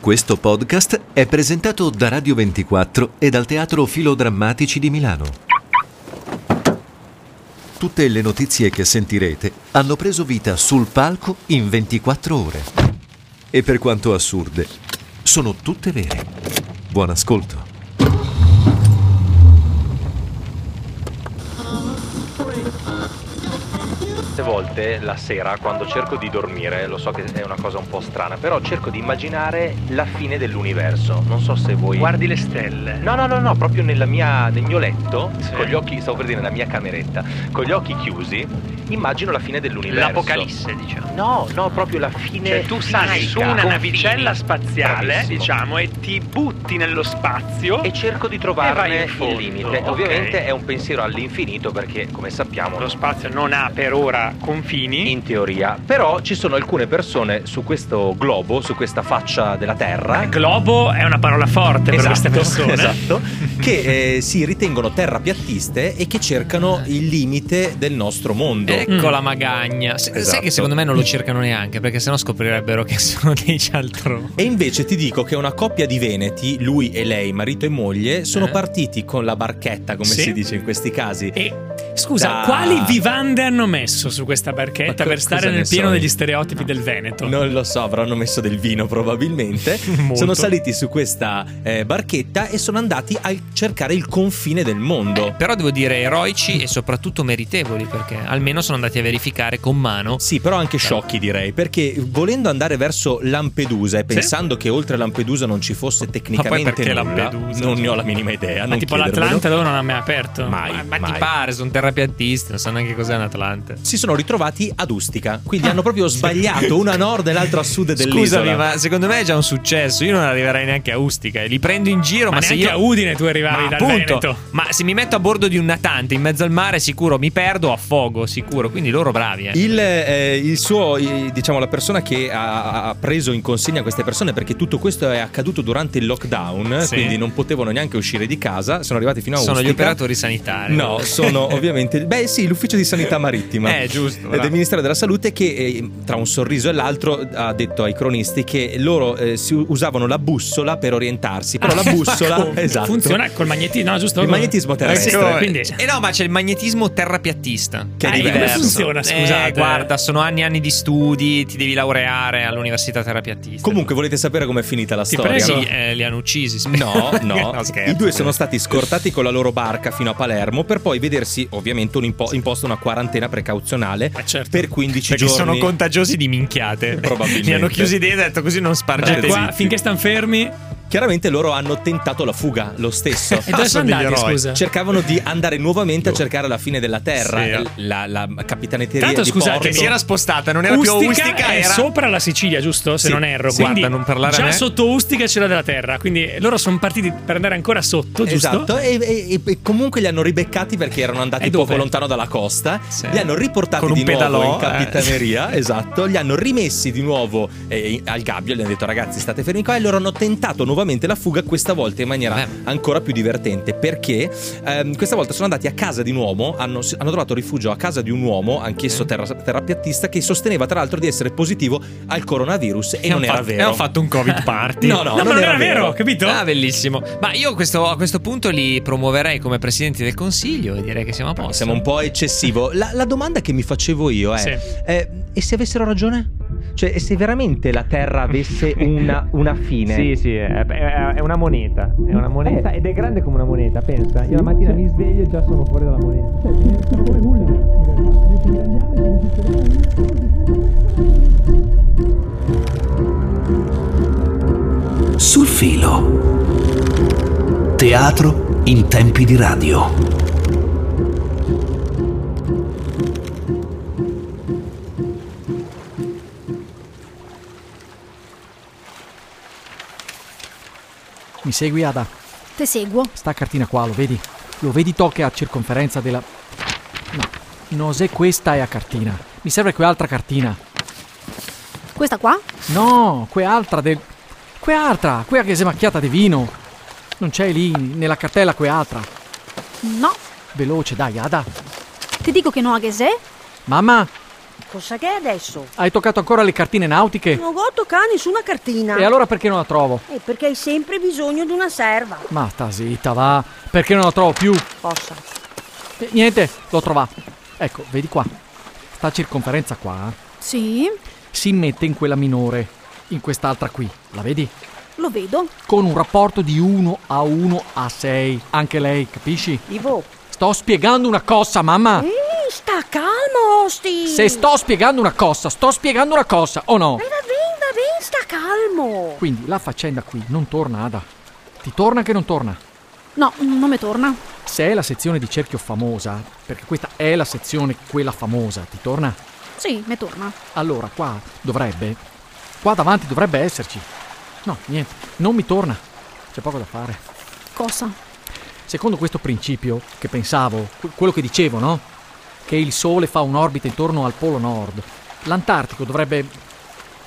Questo podcast è presentato da Radio 24 e dal Teatro Filodrammatici di Milano. Tutte le notizie che sentirete hanno preso vita sul palco in 24 ore. E per quanto assurde, sono tutte vere. Buon ascolto. Tante volte la sera quando cerco di dormire, lo so che è una cosa un po' strana, però cerco di immaginare la fine dell'universo. Non so se voi. Guardi le stelle. No, no, no, no, proprio nella mia, nel mio letto, con gli occhi, stavo per dire nella mia cameretta, con gli occhi chiusi, immagino la fine dell'universo. L'apocalisse, diciamo. No, no, proprio la fine. Cioè, tu sali fisica, su una confini. navicella spaziale, Bravissimo. diciamo, e ti butti nello spazio. E cerco di E vai trovarne in fondo, il limite. ok. Ovviamente è un pensiero all'infinito perché, come sappiamo, lo spazio non ha per ora confini. in teoria, però ci sono alcune persone su questo globo, su questa faccia della Terra, Ecco, Globo è una parola forte per queste persone. esatto, che eh, si ritengono terrapiattiste e che cercano il limite del nostro mondo. Eh. Ecco la magagna. Se- Esatto. Sai che secondo me non lo cercano neanche, perché sennò scoprirebbero che sono dei cialtroni. E invece ti dico che una coppia di veneti, lui e lei, marito e moglie, sono Eh. partiti con la barchetta, come Sì. si dice in questi casi. E scusa, Da- quali vivande hanno messo su questa Ma barchetta co- per stare cosa ne nel pieno so? degli stereotipi del Veneto? Non lo so, avranno messo del vino probabilmente. Molto. sono saliti su questa eh, barchetta e sono andati a cercare il confine del mondo. Eh, Però devo dire eroici e soprattutto meritevoli, perché almeno sono andati a verificare con mano. Sì, però anche sciocchi direi, perché volendo andare verso Lampedusa e pensando che oltre a Lampedusa non ci fosse tecnicamente perché nulla, Lampedusa? non ne ho la minima idea, Ma non tipo chiedermelo. l'Atlante loro non hanno mai aperto. Mai, ma, ma ti mai. pare, sono terrapiattisti, non sanno neanche cos'è un Atlante. Si sono ritrovati ad Ustica, quindi hanno proprio sbagliato una a nord e l'altra a sud dell'isola. Ah. Scusami, ma secondo me è già un successo. Io non arriverei neanche a Ustica. e Li prendo in giro, ma, Ma se neanche io a Udine tu arrivavi ma dal appunto, Veneto. Ma se mi metto a bordo di un natante in mezzo al mare, sicuro mi perdo a fuoco, sicuro. Quindi loro bravi, eh. Il, eh, il suo, eh, diciamo, la persona che ha, ha preso in consegna queste persone, perché tutto questo è accaduto durante il lockdown, Sì. quindi non potevano neanche uscire di casa, sono arrivati fino a Sono Ustica. gli operatori sanitari. No, sono ovviamente. Beh, sì, l'ufficio di sanità marittima. Eh, giusto, Del bravo. Ministero della Salute, che eh, tra un sorriso e l'altro ha detto ai cronisti che loro eh, si usavano la bussola per orientarsi. Però Ah, la bussola. esatto. Ah, ecco, Funziona col magnetismo, no, giusto? Il magnetismo terrestre. Ecco, quindi Eh no, ma c'è il magnetismo terrapiattista. Che è Eh, diverso. diverso. Come funziona, Eh, scusate? guarda, sono anni e anni di studi, ti devi laureare all'università terrapiattista. Comunque, volete sapere com'è finita la Ti storia? prego. no? Sì, eh, li hanno uccisi. spero. No, no. scherzo. I due sono stati scortati con la loro barca fino a Palermo per poi vedersi, ovviamente, un impo- imposta una quarantena precauzionale Eh, certo. per 15 Perché giorni. sono contagiosi di minchiate. Probabilmente. Eh, Li hanno chiusi dentro e detto così non da spargete. State qua zitti. finché stanno Ah, fermi e Chiaramente loro hanno tentato la fuga lo stesso. dove sono degli sono andati, eroi. Cioè, scusa? cercavano di andare nuovamente a cercare la fine della terra, Sì. la, la capitaneteria Tanto, di scusate, Porto. eh, Che si era spostata, non era più a Ustica, è era sopra la Sicilia, giusto? Se Sì, non erro. sì. Quindi Guarda, non parlare a già me. sotto Ustica c'era della terra, quindi loro sono partiti per andare ancora sotto, giusto? Esatto, e, e- e comunque li hanno ribeccati perché erano andati E dove? poco lontano dalla costa. Sì. Li hanno riportati Con un di nuovo pedalò, eh. in capitaneria, esatto. Li hanno rimessi di nuovo eh, al gabbio. Gli hanno detto, ragazzi, state fermi qua. E loro hanno tentato nuovamente la fuga, questa volta in maniera Beh. ancora più divertente. Perché ehm, questa volta sono andati a casa di un uomo. Hanno, hanno trovato rifugio a casa di un uomo, Mm. anch'esso terra, terrapiattista, che sosteneva tra l'altro di essere positivo al coronavirus. E, E non hanno era fatto- vero. e hanno eh, fatto un covid party. No, no, No, ma non era vero, capito? Ah, bellissimo. Ma io questo- a questo punto li promuoverei come presidenti del consiglio e direi che siamo a posto. Siamo un po' eccessivo. La, la domanda che mi facevo io è: Sì. eh, e se avessero ragione? Cioè, e se veramente la Terra avesse una, una fine? sì, eh, è, una moneta. È una moneta ed è grande come una moneta, pensa. Io la mattina mi sveglio e già sono fuori dalla moneta. Sul filo. Teatro in tempi di radio. Mi segui Ada? Te seguo. Sta cartina qua, lo vedi? Lo vedi tocca a circonferenza della... No, non se questa è a cartina. Mi serve quell'altra cartina. Questa qua? No, quell'altra del... Quell'altra, quella che si è macchiata di vino. Non c'è lì, nella cartella quell'altra. No. Veloce, dai Ada. Ti dico che no a che se? Mamma, Cosa che è adesso? Hai toccato ancora le cartine nautiche? Non ho toccato nessuna cartina. E allora perché non la trovo? Eh, perché hai sempre bisogno di una serva. Ma sta zitta, va. Perché non la trovo più? Possa. Eh, Niente, l'ho trovata. Ecco, vedi qua. Sta circonferenza qua eh. Sì, si mette in quella minore, in quest'altra qui. La vedi? lo vedo. Con un rapporto di 1 a 1 a 6. Anche lei, capisci? Ivo. Sto spiegando una cosa, mamma. Ehi, sta calmo, Osti. Se sto spiegando una cosa, sto spiegando una cosa, o no? Eh, va bene, va bene, sta calmo. Quindi la faccenda qui non torna Ada. Ti torna che non torna? No, non mi torna. Se è la sezione di cerchio famosa, perché questa è la sezione quella famosa, ti torna? Sì, mi torna. Allora qua dovrebbe, qua davanti dovrebbe esserci. No, niente, non mi torna. C'è poco da fare. Cosa? Secondo questo principio che pensavo, que- quello che dicevo, no? Che il Sole fa un'orbita intorno al Polo Nord, l'Antartico dovrebbe...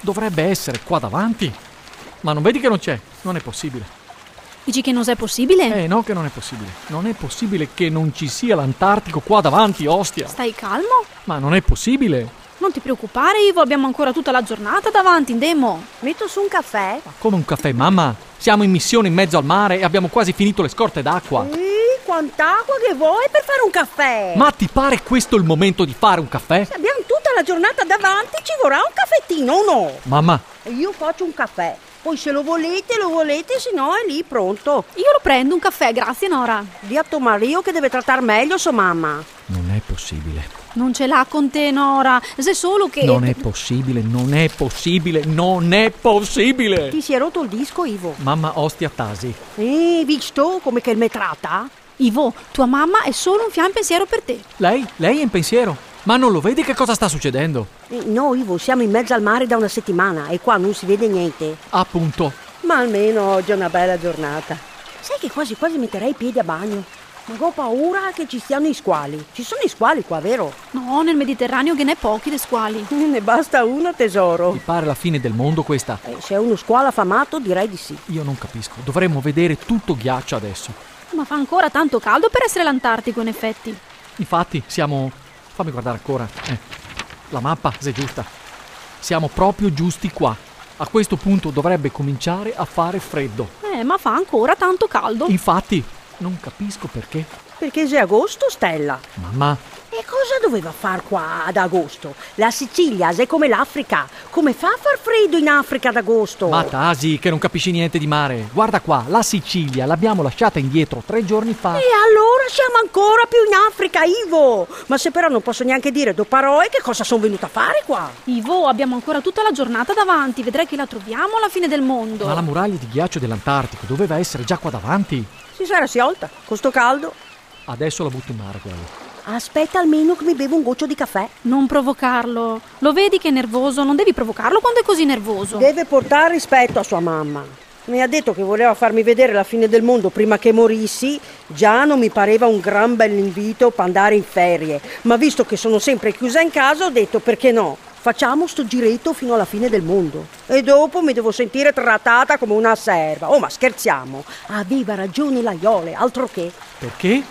dovrebbe essere qua davanti. Ma non vedi che non c'è? Non è possibile. Dici che non è possibile? Eh no che non è possibile. Non è possibile che non ci sia l'Antartico qua davanti, ostia. Stai calmo? Ma non è possibile. Non ti preoccupare, Ivo, abbiamo ancora tutta la giornata davanti, in demo. Metto su un caffè. Ma come un caffè, mamma. Siamo in missione in mezzo al mare e abbiamo quasi finito le scorte d'acqua. Ehi, quant'acqua che vuoi per fare un caffè? Ma ti pare questo il momento di fare un caffè? Se abbiamo tutta la giornata davanti, ci vorrà un caffettino o no? Mamma, E Io faccio un caffè. Poi se lo volete, lo volete, se no è lì pronto. Io lo prendo un caffè, grazie Nora. Di a Mario che deve trattar meglio sua mamma. non è possibile. Non ce l'ha con te, Nora. Se solo che. Non è possibile, non è possibile, non è possibile. Ti si è rotto il disco, Ivo. Mamma ostia Tasi. Ehi, visto come che me tratta? Ivo, tua mamma è solo un fian pensiero per te. Lei, lei è in pensiero. Ma non lo vedi che cosa sta succedendo? Eh, No, Ivo, siamo in mezzo al mare da una settimana e qua non si vede niente. Appunto. Ma almeno oggi è una bella giornata. Sai che quasi quasi metterei i piedi a bagno. Ma ho paura che ci siano i squali. Ci sono i squali qua, vero? No, nel Mediterraneo che ne pochi le squali. Ne basta uno, tesoro. Ti pare la fine del mondo questa? Eh, se è uno squalo affamato, direi di sì. Io non capisco. Dovremmo vedere tutto ghiaccio adesso. Ma fa ancora tanto caldo per essere l'Antartico, in effetti. Infatti, siamo. fammi guardare ancora. Eh, la mappa, se è giusta. Siamo proprio giusti qua. A questo punto dovrebbe cominciare a fare freddo. Eh, ma fa ancora tanto caldo. Infatti, non capisco perché. Perché se è agosto, Stella. Mamma, E cosa doveva far qua ad agosto? La Sicilia se è come l'Africa. Come fa a far freddo in Africa ad agosto? ma Tasi, che non capisci niente di mare. Guarda qua, la Sicilia l'abbiamo lasciata indietro tre giorni fa. E allora siamo ancora più in Africa, Ivo! Ma se però non posso neanche dire due parole che cosa sono venuta a fare qua? Ivo, abbiamo ancora tutta la giornata davanti. Vedrai che la troviamo alla fine del mondo. Ma la muraglia di ghiaccio dell'Antartico doveva essere già qua davanti. Si sarà sciolta, con sto caldo. Adesso la butto in mare quello. Aspetta almeno che mi bevo un goccio di caffè. Non provocarlo. Lo vedi che è nervoso? Non devi provocarlo quando è così nervoso. Deve portare rispetto a sua mamma. Mi ha detto che voleva farmi vedere la fine del mondo prima che morissi. Già non mi pareva un gran bell'invito per andare in ferie. Ma visto che sono sempre chiusa in casa, ho detto perché no? Facciamo sto giretto fino alla fine del mondo. E dopo mi devo sentire trattata come una serva. Oh, ma scherziamo. Aveva ragione la Iole, altro che. Perché?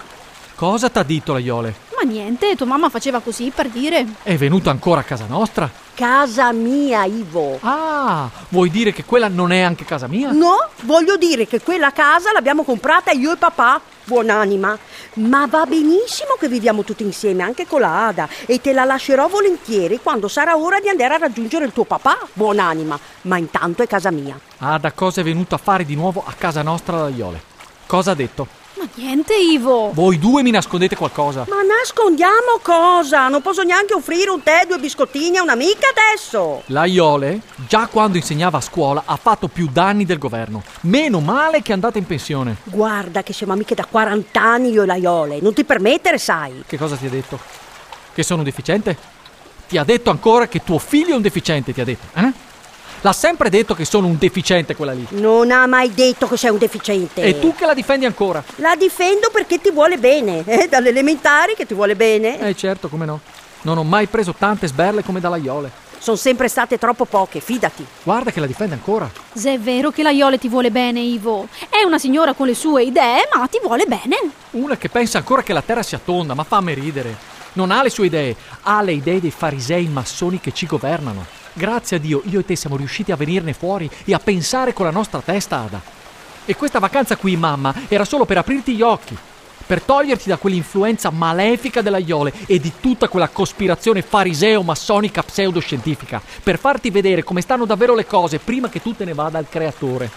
Cosa t'ha detto la Iole? Ma niente, tua mamma faceva così per dire. È venuta ancora a casa nostra? Casa mia, Ivo. Ah, vuoi dire che quella non è anche casa mia? No, voglio dire che quella casa l'abbiamo comprata io e papà, buonanima. Ma va benissimo che viviamo tutti insieme, anche con la Ada, e te la lascerò volentieri quando sarà ora di andare a raggiungere il tuo papà, buonanima. Ma intanto è casa mia. Ada, Ah, cosa è venuta a fare di nuovo a casa nostra la Iole? Cosa ha detto? Ma niente, Ivo. Voi due mi nascondete qualcosa? Ma nascondiamo cosa? Non posso neanche offrire un tè, due biscottini a un'amica adesso. La Iole, già quando insegnava a scuola, ha fatto più danni del governo. Meno male che è andata in pensione. Guarda che siamo amiche da 40 anni io e la Iole, non ti permettere, sai. Che cosa ti ha detto? Che sono un deficiente? Ti ha detto ancora che tuo figlio è un deficiente, ti ha detto, eh? L'ha sempre detto che sono un deficiente quella lì. Non ha mai detto che sei un deficiente. E tu che la difendi ancora? La difendo perché ti vuole bene, eh? dalle elementari che ti vuole bene. Eh certo, come no. Non ho mai preso tante sberle come dalla Iole. Sono sempre state troppo poche, fidati. Guarda che la difende ancora. Se è vero che la Iole ti vuole bene, Ivo. È una signora con le sue idee, ma ti vuole bene. Una che pensa ancora che la terra sia tonda, ma fammi ridere. Non ha le sue idee, ha le idee dei farisei massoni che ci governano. Grazie a Dio io e te siamo riusciti a venirne fuori e a pensare con la nostra testa, Ada. E questa vacanza qui, mamma, era solo per aprirti gli occhi, per toglierti da quell'influenza malefica della Iole e di tutta quella cospirazione fariseo-massonica pseudoscientifica, per farti vedere come stanno davvero le cose prima che tu te ne vada al creatore.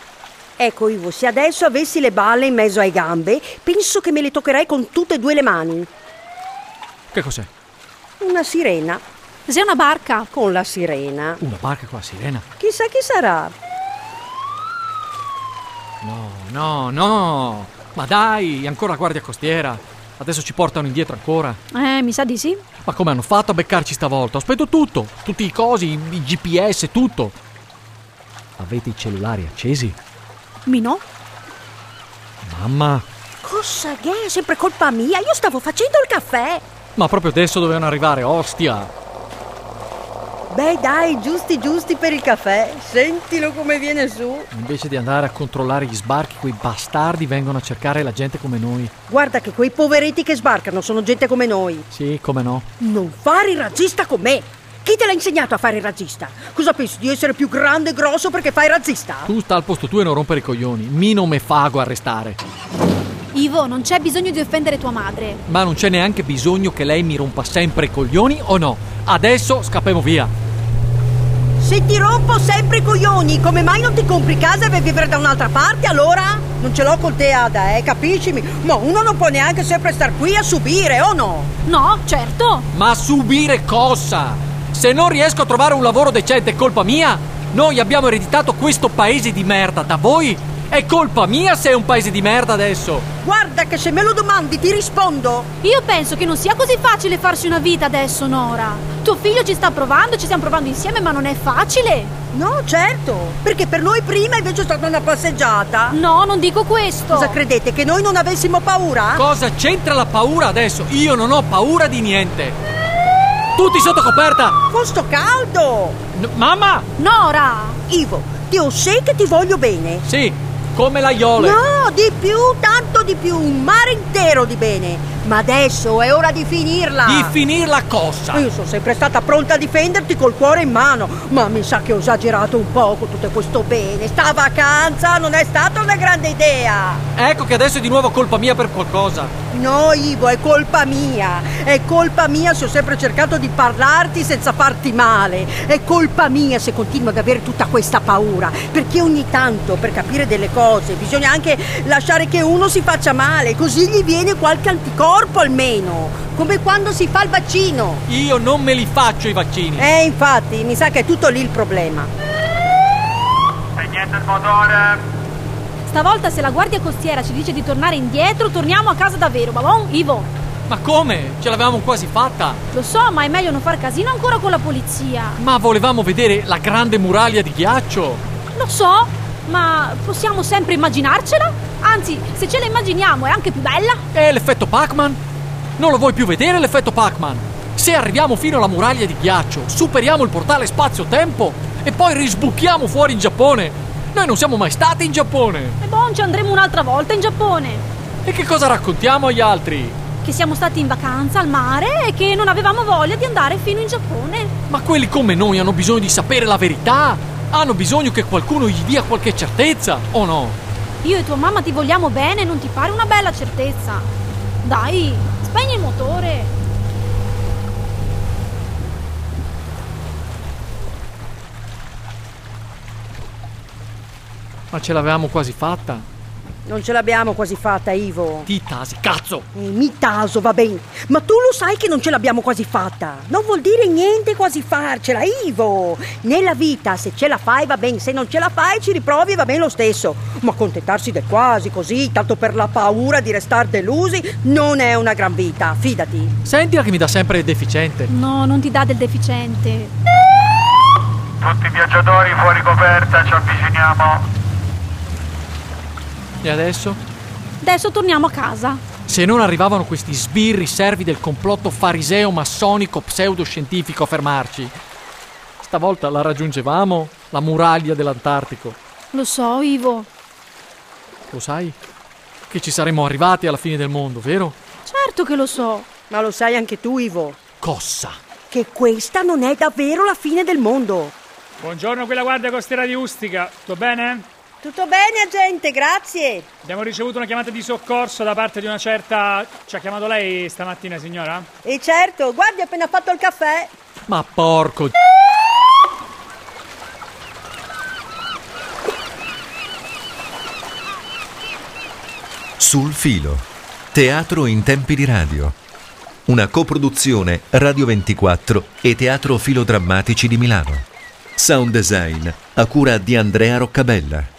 Ecco Ivo, se adesso avessi le balle in mezzo ai gambe, penso che me le toccherei con tutte e due le mani. Che cos'è? Una sirena. Sei una barca. Con la sirena. Una barca con la sirena? Chissà chi sarà. No, no, no! Ma dai, ancora la guardia costiera. Adesso ci portano indietro ancora. Eh, mi sa di sì. Ma come hanno fatto a beccarci stavolta? Ho spento tutto, tutti i cosi, i i GPS, tutto. Avete i cellulari accesi? Mi no. Mamma, Cosa che è? Sempre colpa mia, io stavo facendo il caffè. ma proprio adesso dovevano arrivare, ostia. Beh dai, giusti giusti per il caffè. Sentilo come viene su. Invece di andare a controllare gli sbarchi, quei bastardi vengono a cercare la gente come noi. Guarda che quei poveretti che sbarcano sono gente come noi. Sì, come no? Non fare il razzista con me. Chi te l'ha insegnato a fare il razzista? Cosa pensi di essere più grande e grosso perché fai il razzista? Tu sta al posto tuo e non rompere i coglioni. Mi non me fago arrestare. Ivo, non c'è bisogno di offendere tua madre. Ma non c'è neanche bisogno che lei mi rompa sempre i coglioni o no? Adesso scappiamo via. Se ti rompo sempre i coglioni, come mai non ti compri casa per vivere da un'altra parte allora? Non ce l'ho con te Ada, eh, capiscimi? Ma uno non può neanche sempre star qui a subire, o no? No, certo. Ma subire cosa? Se non riesco a trovare un lavoro decente è colpa mia? Noi abbiamo ereditato questo paese di merda da voi? È colpa mia se è un paese di merda adesso! Guarda che se me lo domandi ti rispondo. Io penso che non sia così facile farsi una vita adesso, Nora. Tuo figlio ci sta provando, ci stiamo provando insieme, ma non è facile. No, certo, perché per noi prima invece è stata una passeggiata. No, non dico questo. Cosa credete, che noi non avessimo paura? Cosa c'entra la paura adesso? Io non ho paura di niente! Tutti sotto coperta! Con sto caldo! N- mamma! Nora! Ivo, ti ho sé che ti voglio bene. Sì, come la Iole! No, di più, tanto di più, un mare intero di bene. Ma adesso è ora di finirla. Di finir la cosa! Io sono sempre stata pronta a difenderti col cuore in mano, ma mi sa che ho esagerato un poco tutto questo bene. Sta vacanza non è stata una grande idea. Ecco che adesso è di nuovo colpa mia per qualcosa! No, Ivo, boh, è colpa mia. È colpa mia se ho sempre cercato di parlarti senza farti male. È colpa mia se continuo ad avere tutta questa paura. Perché ogni tanto, per capire delle cose, bisogna anche lasciare che uno si faccia male, così gli viene qualche anticorpo almeno. Come quando si fa il vaccino. Io non me li faccio i vaccini! Eh, infatti, mi sa che è tutto lì il problema. Spegnete il motore. Stavolta se la guardia costiera ci dice di tornare indietro, torniamo a casa davvero, ma bon, Ivo. Ma come? Ce l'avevamo quasi fatta! Lo so, ma è meglio non far casino ancora con la polizia. Ma volevamo vedere la grande muraglia di ghiaccio! Lo so, ma possiamo sempre immaginarcela? Anzi, se ce la immaginiamo è anche più bella. E l'effetto Pac-Man? Non lo vuoi più vedere l'effetto Pac-Man? Se arriviamo fino alla muraglia di ghiaccio, superiamo il portale spazio-tempo e poi risbucchiamo fuori in Giappone. Noi non siamo mai stati in Giappone. E bon, ci andremo un'altra volta in Giappone. E che cosa raccontiamo agli altri? Che siamo stati in vacanza al mare e che non avevamo voglia di andare fino in Giappone. Ma quelli come noi hanno bisogno di sapere la verità. Hanno bisogno che qualcuno gli dia qualche certezza, o no? Io e tua mamma ti vogliamo bene, non ti pare una bella certezza? Dai, spegni il motore. Ma ce l'avevamo quasi fatta. Non ce l'abbiamo quasi fatta, Ivo. Titasi, cazzo! Eh, mi taso, va bene. Ma tu lo sai che non ce l'abbiamo quasi fatta. Non vuol dire niente quasi farcela, Ivo. Nella vita, se ce la fai va bene, se non ce la fai ci riprovi e va bene lo stesso. Ma contentarsi del quasi così, tanto per la paura di restare delusi, non è una gran vita, fidati. Sentila che mi dà sempre deficiente. No, non ti dà del deficiente. Tutti i viaggiatori fuori coperta, ci avviciniamo. E adesso? Adesso torniamo a casa. Se non arrivavano questi sbirri servi del complotto fariseo massonico pseudoscientifico a fermarci, stavolta la raggiungevamo la muraglia dell'Antartico. Lo so, Ivo. Lo sai? Che ci saremmo arrivati alla fine del mondo, vero? Certo che lo so. Ma lo sai anche tu, Ivo, Cossa. che questa non è davvero la fine del mondo. Buongiorno, quella guardia costiera di Ustica. Tutto bene? Tutto bene, agente, grazie. Abbiamo ricevuto una chiamata di soccorso da parte di una certa... Ci ha chiamato lei stamattina, signora? E certo, guardi, ho appena fatto il caffè. Ma porco. Sul filo. Teatro in tempi di radio. Una coproduzione Radio 24 e Teatro Filodrammatici di Milano. Sound design a cura di Andrea Roccabella.